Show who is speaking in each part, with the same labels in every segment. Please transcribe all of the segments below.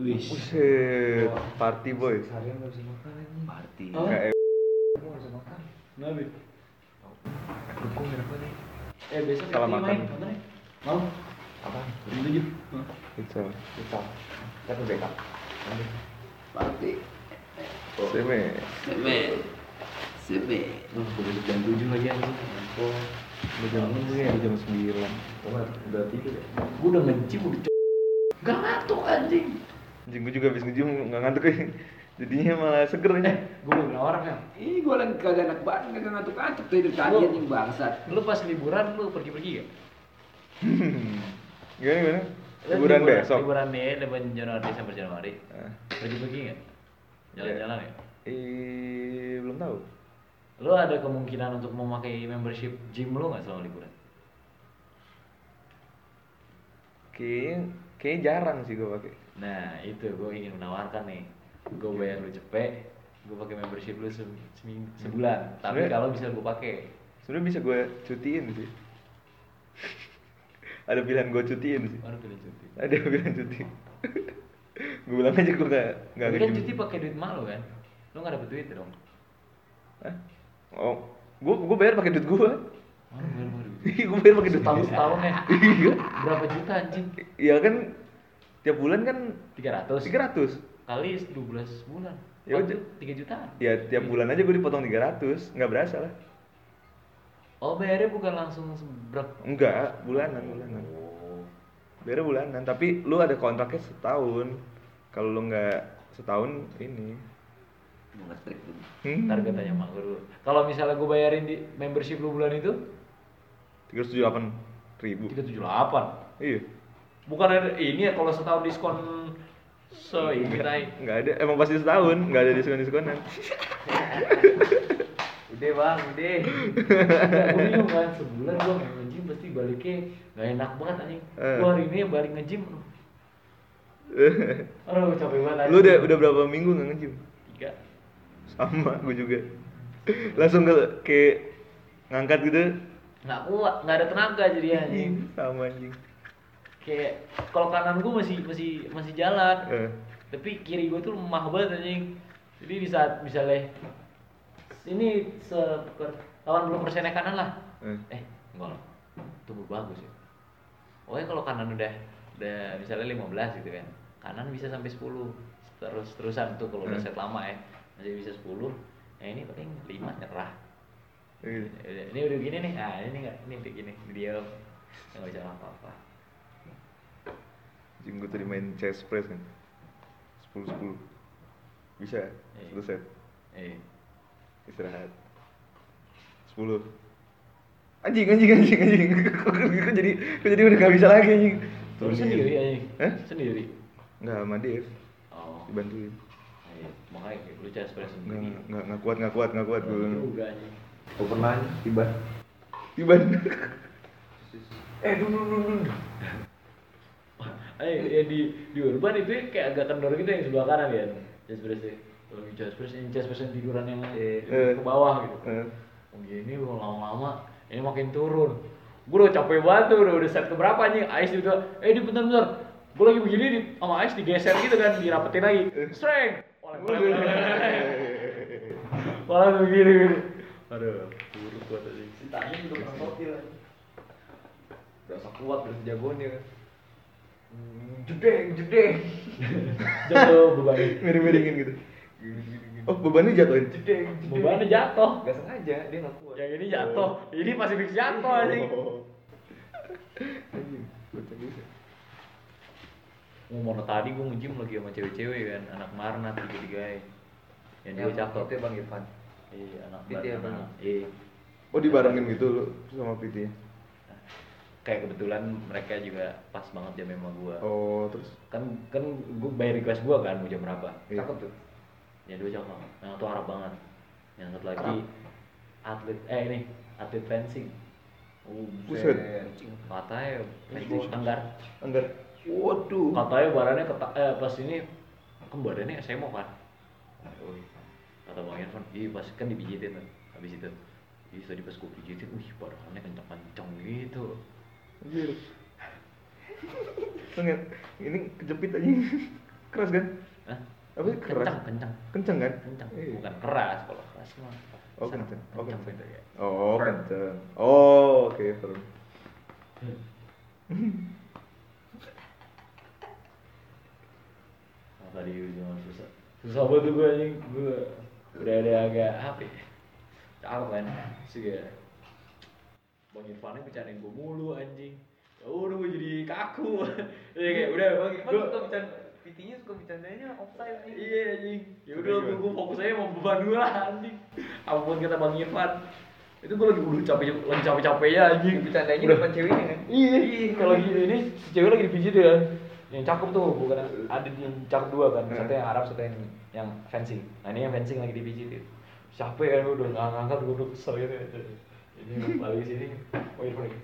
Speaker 1: Wih.
Speaker 2: Buset, eh, party boy.
Speaker 3: Seharian nggak bisa makan ini.
Speaker 1: Party.
Speaker 3: Oh.
Speaker 2: Nggak enak.
Speaker 3: Kamu nggak bisa makan.
Speaker 1: Nabi.
Speaker 3: Aduh, kok nggak dapat nih? Eh besok
Speaker 2: Salah
Speaker 3: Sakti
Speaker 2: makan.
Speaker 3: main, nonton ya? Mau?
Speaker 1: Apa?
Speaker 2: Itu.
Speaker 3: Kita. Kita ke backup. Nanti.
Speaker 1: Party.
Speaker 2: Seme.
Speaker 1: Sebe. Sebe.
Speaker 3: Duh, udah jam 7 lagi anjing. Ampun.
Speaker 2: Udah jam gue udah jam 9.
Speaker 3: Kamu udah tidur ya? Gue udah ngejim udah c***. Gak ngantuk anjing.
Speaker 2: Anjing gue juga habis ngejum enggak ngantuk ya. Jadinya malah seger eh. nih.
Speaker 3: Gue mau bilang orang ya.
Speaker 1: Ini gue lagi kagak enak banget, kagak ngantuk-ngantuk tuh hidup tadi
Speaker 3: Lu-
Speaker 1: anjing bangsat.
Speaker 3: Lu pas liburan lu pergi-pergi gak?
Speaker 2: Gimana gimana?
Speaker 3: Lu
Speaker 2: Liburan besok.
Speaker 3: Liburan deh, liburan Januari sampai Januari.
Speaker 2: Ah,
Speaker 3: Pergi-pergi gak? Jalan-jalan ya?
Speaker 2: Eh, belum tahu.
Speaker 3: Lu ada kemungkinan untuk memakai membership gym lu gak selama liburan?
Speaker 2: Kayaknya kayaknya jarang sih gue pakai.
Speaker 3: Nah itu gue ingin menawarkan nih Gue bayar lu cepet Gue pakai membership lu se- seminggu, sebulan Tapi
Speaker 2: Sebenernya-
Speaker 3: kalau bisa gue pakai
Speaker 2: Sebenarnya bisa gue cutiin sih. Ada pilihan gue cutiin sih.
Speaker 3: Baru pilih cuti
Speaker 2: Ada pilihan cuti. gue bilang aja gue gak nggak
Speaker 3: Tapi kan
Speaker 2: ngejim.
Speaker 3: cuti pakai duit emak lu kan Lu gak dapet duit dong
Speaker 2: Hah? Oh, gue gue bayar pakai duit gue.
Speaker 3: Oh, lu bayar pakai duit
Speaker 2: gue bayar pakai duit
Speaker 3: Setahun
Speaker 2: gue.
Speaker 3: setahun ya Berapa juta anjing?
Speaker 2: Iya kan tiap bulan kan
Speaker 3: 300
Speaker 2: 300.
Speaker 3: Kali 12 bulan
Speaker 2: Ya
Speaker 3: Empat
Speaker 2: udah.
Speaker 3: ju- 3 jutaan
Speaker 2: Ya tiap bulan aja gue dipotong 300, nggak berasa lah.
Speaker 3: Oh bayarnya bukan langsung sebrek
Speaker 2: Enggak, bulanan, bulanan.
Speaker 3: Oh.
Speaker 2: Bayarnya bulanan, tapi lu ada kontraknya setahun. Kalau lu nggak setahun ini.
Speaker 1: Mau ngetrik tuh.
Speaker 2: Hmm.
Speaker 3: Ntar gue tanya emak gue dulu Kalau misalnya gue bayarin di membership lu bulan itu
Speaker 2: 378 ribu.
Speaker 3: 378
Speaker 2: Iya.
Speaker 3: Bukan ada ini ya kalau setahun diskon se ini tai.
Speaker 2: Nggak ada, emang pasti setahun, nggak ada diskon-diskonan.
Speaker 3: Udah bang, udah. Nggak, Gue bingung kan sebulan gue nggak nge-gym pasti baliknya nggak enak banget anjing.
Speaker 2: Eh.
Speaker 3: Gue hari ini balik nge-gym. Aduh gue capek banget.
Speaker 2: lu udah udah berapa minggu nggak nge-gym?
Speaker 3: tiga.
Speaker 2: Sama, gue juga. Langsung ke kayak ngangkat gitu.
Speaker 3: Nggak kuat, nggak ada tenaga jadi anjing.
Speaker 2: Sama anjing.
Speaker 3: Kayak kalau kanan gue masih masih masih jalan,
Speaker 2: Eh.
Speaker 3: tapi kiri gue tuh lemah banget anjing. Jadi di saat misalnya ini seper 80 persennya kanan lah.
Speaker 2: eh.
Speaker 3: eh enggak lah tumbuh bagus ya pokoknya kalau kanan udah udah misalnya 15 gitu kan kanan bisa sampai 10 terus terusan tuh kalau udah
Speaker 2: Hmm.
Speaker 3: set lama ya masih bisa 10 nah ini paling 5 nyerah
Speaker 2: Gitu.
Speaker 3: Udah- ini udah gini nih ah ini enggak ini udah gini diam nggak bisa apa-apa
Speaker 2: Anjing gue tadi main chest press kan. 10 10. Bisa ya?
Speaker 3: Iya.
Speaker 2: Satu set.
Speaker 3: eh
Speaker 2: Istirahat. 10. Anjing anjing anjing anjing. Kok jadi kok jadi udah gak bisa lagi anjing.
Speaker 3: terus sendiri aja
Speaker 2: Hah?
Speaker 3: sendiri
Speaker 2: Enggak sama Dev
Speaker 3: oh
Speaker 2: dibantuin.
Speaker 3: iya. makanya kayak lu cas pres
Speaker 2: Enggak
Speaker 3: sendiri
Speaker 2: enggak enggak kuat enggak kuat enggak kuat gue.
Speaker 3: juga anjing
Speaker 1: Gue pernah anjing, tiba.
Speaker 2: Tiban.
Speaker 1: Eh, dulu dulu dulu.
Speaker 3: Ayo, ya di di urban itu kayak agak kendor gitu yang sebelah kanan ya. Jaspernya, kalau di Jaspernya, yang Jaspernya tiduran yang eh,
Speaker 2: Iya.
Speaker 3: ke bawah gitu.
Speaker 2: Eh,
Speaker 3: Begini kalau lama-lama, ini makin turun. Gue udah capek banget tuh, udah, udah set keberapa anjing, Ais gitu, eh di bentar-bentar. Gue lagi begini di, sama Ais digeser gitu kan, dirapetin lagi.
Speaker 2: Eh.
Speaker 3: Strength! Malah begini gitu. Aduh, buruk banget anjing.
Speaker 1: Si Tani juga pernah kotil. anjing.
Speaker 2: Berasa kuat berasa jagoannya kan.
Speaker 1: Hmm, Jedeng, jedeng.
Speaker 3: Jatuh bebannya.
Speaker 2: Miring-miringin gitu. Oh, bebannya jatuhin.
Speaker 1: Jedeng, jedeng.
Speaker 3: Bebannya jatuh.
Speaker 1: Gak sengaja, dia gak kuat.
Speaker 3: Yang ini jatuh, ini masih fix jatuh anjing.
Speaker 2: Anjing, gitu ya. gue tadi bisa.
Speaker 3: Umur tadi gue nge-gym lagi sama cewek-cewek kan, anak Marna tiga tiga Yang
Speaker 1: Ya,
Speaker 3: dia cakep.
Speaker 1: itu Bang Irfan.
Speaker 3: Iya, anak
Speaker 1: Itu ya,
Speaker 3: Marna.
Speaker 1: Bang.
Speaker 3: Iya.
Speaker 2: Oh dibarengin gitu lu sama PT nya
Speaker 3: Kayak kebetulan mereka juga pas banget jam sama gue.
Speaker 2: Oh terus
Speaker 3: Kan kan gue bayar request gue kan mau jam berapa.
Speaker 2: Iya.
Speaker 1: Cakep tuh.
Speaker 3: Yang dua cakep, yang satu Arab banget. Yang satu lagi atlet eh ini atlet fencing.
Speaker 1: Oh,
Speaker 2: Buset.
Speaker 3: Katanya fencing anggar.
Speaker 2: anggar
Speaker 1: Waduh.
Speaker 3: katanya barannya ketak eh pas ini kan badannya SMO kan
Speaker 2: Oh,
Speaker 3: Ui,
Speaker 2: iya,
Speaker 3: kata bang Irfan ih pas kan dipijitin kan habis itu ih tadi pas gue pijitin wih badannya kencang kencang gitu
Speaker 2: Anjir Lu ngeliat, ini kejepit aja keras kan
Speaker 3: Hah?
Speaker 2: apa sih keras
Speaker 3: Kencang, kencang.
Speaker 2: kencang kan
Speaker 3: Kencang,
Speaker 2: Iya.
Speaker 3: bukan keras kalau keras mah.
Speaker 2: oh
Speaker 3: sangat
Speaker 2: kencang oh
Speaker 3: kencang
Speaker 2: kencang
Speaker 3: gitu ya.
Speaker 2: oh kencang oh oke firm
Speaker 3: Nah, tadi jangan susah. Susah banget tuh gue anjing, gue udah ada agak apa ya? Carut kan, sih ya. Bang Irfannya bercandain gue mulu anjing. Ya udah gue jadi kaku. Jadi kayak udah
Speaker 1: Bang Iqbal
Speaker 3: gua-
Speaker 1: suka bercanda. PT-nya suka bercandanya offside nih.
Speaker 3: Iya anjing. Ya udah gue, gue fokus aja mau beban gue lah anjing. Apapun kata Bang Irfan. Itu gue lagi udah capek lagi capek-capeknya anjing.
Speaker 1: Bercandanya
Speaker 3: Udah.
Speaker 1: depan ceweknya kan.
Speaker 3: Iya, kalau gini ini si cewek lagi dipijit ya. Yang cakep tuh, bukan ada yang cakep dua kan.
Speaker 1: Hmm.
Speaker 3: Satu yang Arab, satu yang yang fencing. Nah, ini yang fencing lagi dipijitin. Capek kan gue udah nggak ngangkat gue udah kesel gitu. Ini balik ke sini. Oh, Irfan lagi.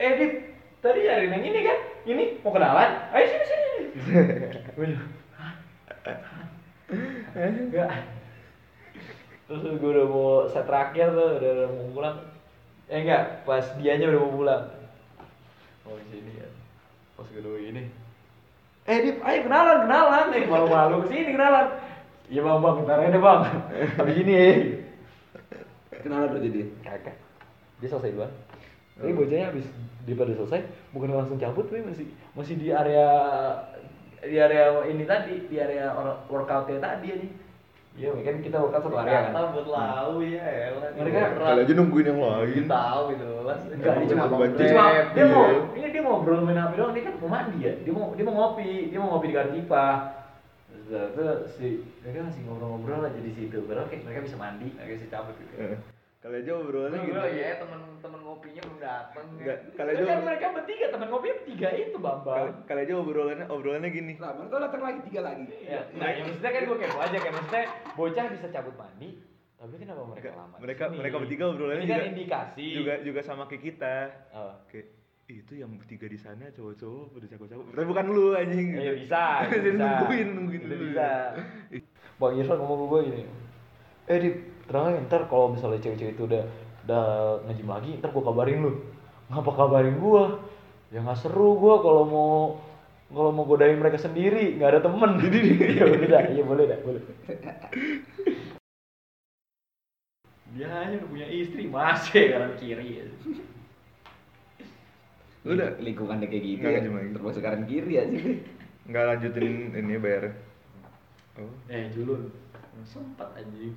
Speaker 3: Eh, Dit, tadi nyariin yang ini kan? Ini mau kenalan? Ayo sini sini. Gue bilang, "Hah? Hah? Enggak. Terus gue udah mau set terakhir tuh, udah, udah mau pulang. Eh enggak, pas dianya udah mau pulang oh sini ya pas gue doi ini eh Dip, ayo kenalan kenalan eh malu-malu kesini kenalan iya bang bang bentar aja deh bang habis ini ya
Speaker 2: kenalan berarti dia
Speaker 3: kakak dia selesai duluan tapi bocahnya habis daripada selesai bukan langsung cabut tapi masih masih di area di area ini tadi di area or- workoutnya tadi aja iya kan kita iya, workout satu area
Speaker 1: Kata
Speaker 3: kan
Speaker 1: buat lau ya elah.
Speaker 3: Mereka
Speaker 2: kali aja nungguin yang lain
Speaker 1: Kita tahu itu Las.
Speaker 3: Enggak, dia cuma dia
Speaker 2: Emang bener
Speaker 3: cuma
Speaker 2: banget.
Speaker 3: dia mau
Speaker 2: Iya.
Speaker 3: ini dia mau ngobrol main HP doang, dia kan mau mandi ya. Dia mau dia mau ngopi, dia mau ngopi di Kartipa. Itu si mereka masih ngobrol-ngobrol aja di situ. Padahal kayak mereka bisa mandi, mereka bisa cabut gitu.
Speaker 2: Eh, kali aja obrolannya gitu
Speaker 1: Enggak ya, teman-teman ngopinya belum datang.
Speaker 2: Enggak, kali
Speaker 3: Mereka
Speaker 2: aja
Speaker 3: kan mereka bertiga teman ngopi bertiga itu Iya. Bambang.
Speaker 2: kali- kali aja obrolannya obrolannya gini
Speaker 4: Nah, baru tau datang lagi tiga lagi.
Speaker 2: iya,
Speaker 3: Ya, nah, ya maksudnya kan gue kepo aja kayak maksudnya bocah bisa cabut mandi, tapi kenapa mereka
Speaker 2: Enggak,
Speaker 3: lama? di
Speaker 2: mereka
Speaker 3: sini?
Speaker 2: mereka bertiga obrolannya
Speaker 3: Ini kan
Speaker 2: juga
Speaker 3: indikasi.
Speaker 2: juga juga sama kayak kita
Speaker 3: Oh.
Speaker 2: kayak "Ih, itu yang bertiga di sana cowok-cowok udah cakep-cakep tapi bukan lu anjing
Speaker 3: Iya
Speaker 2: gitu.
Speaker 3: bisa.
Speaker 2: Jadi
Speaker 3: bisa.
Speaker 2: nungguin, nungguin
Speaker 3: Itu
Speaker 2: dulu.
Speaker 3: Bisa. Bang Irfan ngomong ke gue gini. Eh di tenang aja, ntar kalau misalnya cewek-cewek itu udah udah ngejim lagi, ntar gue kabarin lu. Ngapa kabarin gue? Ya nggak seru gue kalau mau kalau mau godain mereka sendiri, nggak ada temen. Jadi ya boleh dah, iya boleh dah, boleh. Dia hanya udah punya istri masih kanan kiri.
Speaker 2: Lu udah
Speaker 4: lingkungannya kayak gitu.
Speaker 2: Nggak,
Speaker 4: Ya.
Speaker 2: cuma gitu.
Speaker 4: Termasuk kanan kiri aja.
Speaker 2: nggak lanjutin ini bayar oh
Speaker 3: Eh Julun, sempat anjing.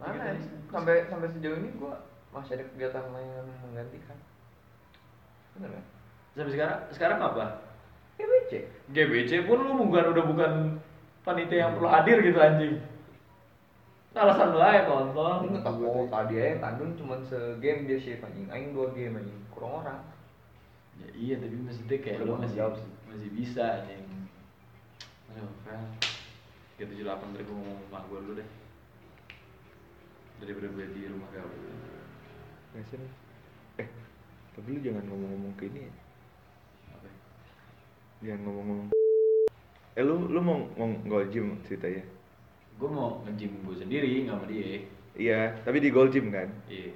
Speaker 1: Mana ya? Sampai sampai sejauh ini gua masih ada kegiatan lain yang menggantikan. Bener kan?
Speaker 3: Sampai sekarang, sekarang apa?
Speaker 1: GBC.
Speaker 3: GBC pun lu bukan udah bukan panitia yang perlu hadir gitu anjing. Alasan lu aja kontol.
Speaker 1: Ngetok oh, tadi aja yang tandem cuma segame dia sih anjing. Aing dua game anjing. Kurang orang.
Speaker 3: Ya iya tapi maksudnya kayak
Speaker 1: Belum
Speaker 3: lu masih
Speaker 1: jawab sih.
Speaker 3: masih bisa anjing. Aduh, Fel. Kayak 78 tadi gua ngomong sama emak gua dulu deh. Daripada gue di rumah gaul.
Speaker 2: nggak sih Mas? Ya, eh tapi lu jangan ngomong-ngomong ke ini ya.
Speaker 3: Apa ya?
Speaker 2: jangan ngomong-ngomong eh lu lu mau mau gold gym ceritanya
Speaker 3: Gua mau nge-gym gua sendiri, nggak sama dia.
Speaker 2: iya tapi di gold gym kan
Speaker 3: Iya.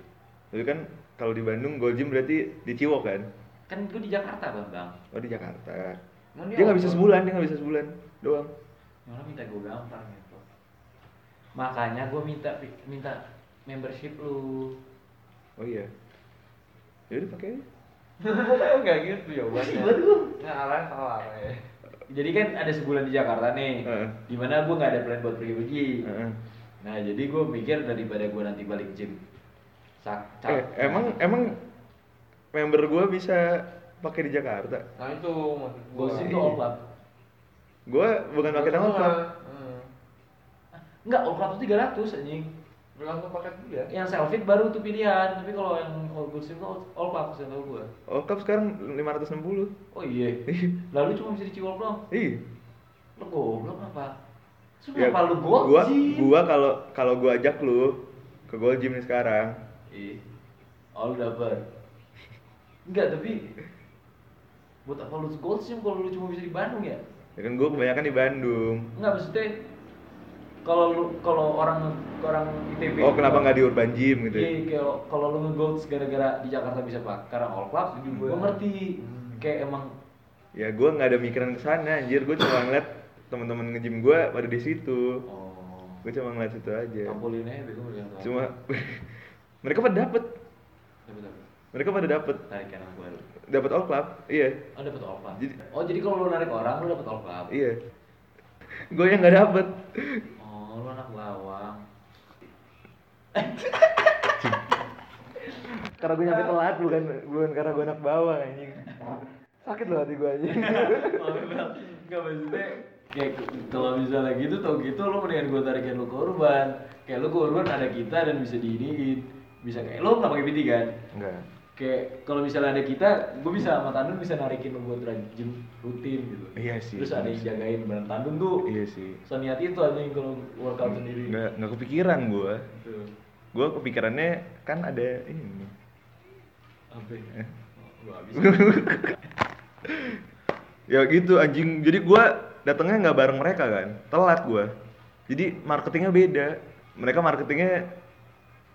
Speaker 2: tapi kan kalau di Bandung gold gym berarti di Ciwok kan
Speaker 3: Kan gua di Jakarta, Bang, Bang.
Speaker 2: oh di Jakarta
Speaker 1: Emang
Speaker 2: dia nggak bisa
Speaker 1: apa?
Speaker 2: sebulan dia nggak bisa sebulan doang
Speaker 3: Yang orang minta gue gampar gitu. Makanya gue minta minta membership lu.
Speaker 2: oh iya ya udah pakai aja.
Speaker 1: Enggak gitu jawabannya.
Speaker 3: Ribet gua.
Speaker 1: Nah, arahnya salah ya.
Speaker 3: Jadi kan ada sebulan di Jakarta nih,
Speaker 2: Heeh.
Speaker 3: dimana gue nggak ada plan buat pergi-pergi.
Speaker 2: Heeh.
Speaker 3: Nah jadi gue mikir daripada gue nanti balik gym. Sak, cak,
Speaker 2: eh, emang emang member gua bisa pakai di Jakarta
Speaker 1: Nah itu maksud
Speaker 3: gue sih
Speaker 2: Iya.
Speaker 3: tuh all club.
Speaker 2: gua bukan pakai tanggal club
Speaker 1: Hmm.
Speaker 3: Enggak all club tuh 300 anjing.
Speaker 1: Bergantung paket dulu ya.
Speaker 3: Yang selfie baru tuh pilihan, tapi kalau yang all good sih tuh all club sih tau gue.
Speaker 2: all club Oh, sekarang 560
Speaker 3: Oh iya. Lalu cuma bisa diciwol doang.
Speaker 2: Ih,
Speaker 3: Lo goblok apa? Sudah
Speaker 2: ya,
Speaker 3: apa lu
Speaker 2: gua
Speaker 3: gojim?
Speaker 2: gua kalau kalau gua ajak lu ke Gold Gym nih sekarang.
Speaker 3: Ih, all dapat. Enggak, tapi buat apa lu gold sim kalau lu cuma bisa di Bandung ya?
Speaker 2: Ya kan gua kebanyakan di Bandung.
Speaker 3: Enggak, maksudnya kalau lu kalau orang orang ITB
Speaker 2: Oh, kenapa nggak di Urban Gym gitu?
Speaker 3: Iya, kalau kalau lu nge-gold gara-gara di Jakarta bisa pak karena all club,
Speaker 1: Setuju
Speaker 3: gue
Speaker 1: gua.
Speaker 3: ngerti kayak emang
Speaker 2: ya gue nggak ada mikiran ke sana anjir gue cuma ngeliat teman-teman nge-gym gue pada di situ
Speaker 3: oh
Speaker 2: gue cuma ngeliat situ aja
Speaker 3: trampolinnya ya bego yang trampolin.
Speaker 2: cuma mereka pada dapet
Speaker 3: dapat apa
Speaker 2: mereka pada dapet
Speaker 3: tarik anak baru
Speaker 2: dapet all club iya
Speaker 3: oh dapat all club
Speaker 2: Jadi-
Speaker 3: oh jadi kalau lu narik orang lu dapat all club
Speaker 2: iya gue yang nggak dapet
Speaker 3: oh lu anak bawang
Speaker 2: karena gue nyampe telat bukan bukan karena gue anak bawang anjing sakit loh hati gue anjing
Speaker 3: Oh, Enggak maksudnya kayak kalau misalnya gitu tau gitu lo mendingan gue tarikin lo korban kayak lo korban ada kita dan bisa diiniin bisa kayak lo nggak pakai piti kan
Speaker 2: enggak
Speaker 3: kayak kalau misalnya ada kita gue bisa sama Tandun bisa narikin lo buat rajin rutin gitu
Speaker 2: Iya sih,
Speaker 3: terus ada yang jagain bareng Tandun tuh
Speaker 2: iya sih
Speaker 3: seniat itu aja yang kalau workout sendiri
Speaker 2: nggak nggak kepikiran gue
Speaker 3: gitu
Speaker 2: gue kepikirannya kan ada ini
Speaker 3: apa
Speaker 2: Eh.
Speaker 3: ya? Gue habis
Speaker 2: ya gitu anjing jadi gue datangnya nggak bareng mereka kan telat gue jadi marketingnya beda mereka marketingnya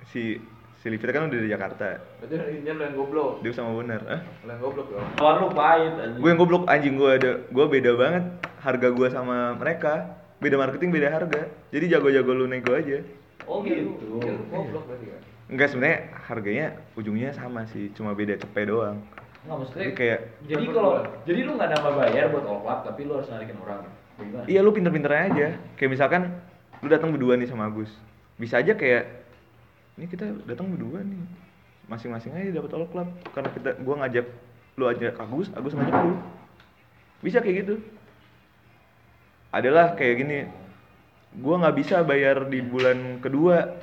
Speaker 2: si si Livita kan udah di Jakarta
Speaker 1: Berarti intinya lo yang goblok.
Speaker 2: dia sama benar ah
Speaker 1: Lo yang goblok dong.
Speaker 3: Kawan lo pahit anjing.
Speaker 2: gue yang goblok anjing gue ada gue beda banget harga gue sama mereka beda marketing beda harga jadi jago-jago lu nego aja
Speaker 3: oh gitu
Speaker 1: Iya, lo Goblok berarti kan.
Speaker 2: enggak sebenarnya harganya ujungnya sama sih cuma beda cepet doang
Speaker 3: nggak maksudnya
Speaker 2: Jadi kayak-
Speaker 3: jadi kalau jadi lu nggak nambah bayar buat all club tapi lu harus narikin orang Gimana?
Speaker 2: iya lu pinter-pinternya aja kayak misalkan lu datang berdua nih sama Agus bisa aja kayak ini kita datang berdua nih masing-masing aja dapat all club karena kita gua ngajak lu ajak Agus Agus ngajak lu bisa kayak gitu adalah kayak gini gua nggak bisa bayar di bulan kedua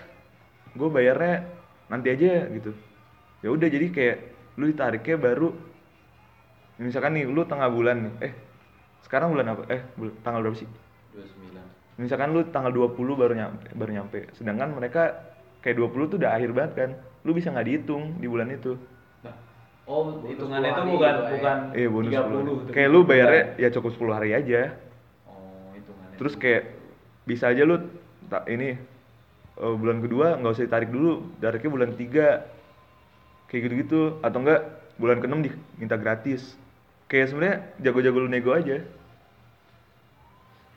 Speaker 2: gue bayarnya nanti aja gitu ya udah jadi kayak lu ditariknya baru misalkan nih lu tengah bulan nih eh sekarang bulan apa eh bul- tanggal berapa sih
Speaker 3: dua sembilan
Speaker 2: misalkan lu tanggal 20 baru nyampe baru nyampe sedangkan mereka kayak 20 tuh udah akhir banget kan lu bisa nggak dihitung di bulan itu
Speaker 3: nah oh
Speaker 1: Bonus
Speaker 3: hitungannya itu
Speaker 1: 10 hari
Speaker 3: bukan
Speaker 1: gitu, eh.
Speaker 3: bukan
Speaker 2: eh bonus
Speaker 3: 30
Speaker 2: 10 kayak lu bayarnya ya cukup 10 hari aja
Speaker 3: oh hitungannya
Speaker 2: terus kayak bisa aja lu tak ini eh, bulan kedua nggak usah ditarik dulu tariknya bulan tiga kayak gitu gitu atau enggak bulan keenam diminta gratis kayak sebenarnya jago-jago lu nego aja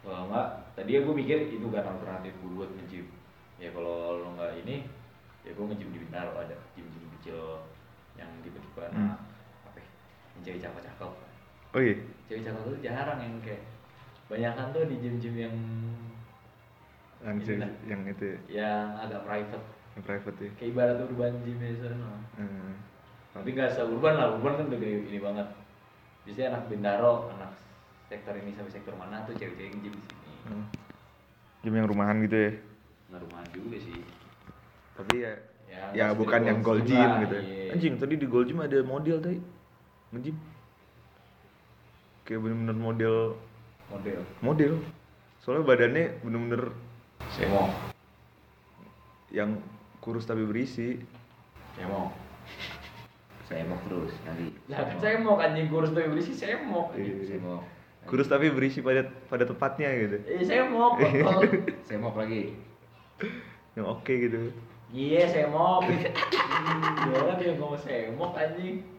Speaker 3: kalau nggak tadi ya gue mikir itu kan alternatif gue buat nge-gym ya kalau lu nggak ini ya gue nge-gym di Binar ada gym-gym kecil yang tipe-tipe
Speaker 2: Hmm.
Speaker 3: anak apa ya, yang cewek cakep-cakep
Speaker 2: oh iya
Speaker 3: cewek cakep tuh jarang yang kayak banyakan tuh di gym-gym yang
Speaker 2: yang,
Speaker 3: Ini lah.
Speaker 2: yang itu ya,
Speaker 3: yang agak private
Speaker 2: yang private ya
Speaker 3: kayak ibarat urban gym ya sana
Speaker 2: Hmm.
Speaker 3: tapi nggak seurban lah urban kan udah gede ini banget biasanya anak bendaro anak sektor ini sampai sektor mana tuh cewek-cewek yang gym di sini
Speaker 2: Hmm. Gym yang rumahan gitu ya
Speaker 3: nggak rumahan juga sih
Speaker 2: tapi ya
Speaker 3: Ya,
Speaker 2: ya
Speaker 3: maksudnya
Speaker 2: bukan yang
Speaker 3: gold
Speaker 2: gold
Speaker 3: gym
Speaker 2: gym
Speaker 3: lah,
Speaker 2: gitu ya.
Speaker 3: iya.
Speaker 2: anjing tadi di gold gym ada model tadi nge-gym kayak bener-bener model
Speaker 3: model
Speaker 2: model soalnya badannya bener-bener
Speaker 3: semo
Speaker 2: yang kurus tapi berisi
Speaker 3: semo
Speaker 4: Saya mau terus nanti.
Speaker 3: lah kan semo kan yang kurus tuh berisi semo
Speaker 2: Iya.
Speaker 4: mau.
Speaker 2: kurus tapi berisi pada pada tempatnya gitu
Speaker 3: eh semo kontol
Speaker 4: Saya mau lagi.
Speaker 2: yang oke gitu
Speaker 3: Hmm, kan iya semo jangan dia ngomong semo anjing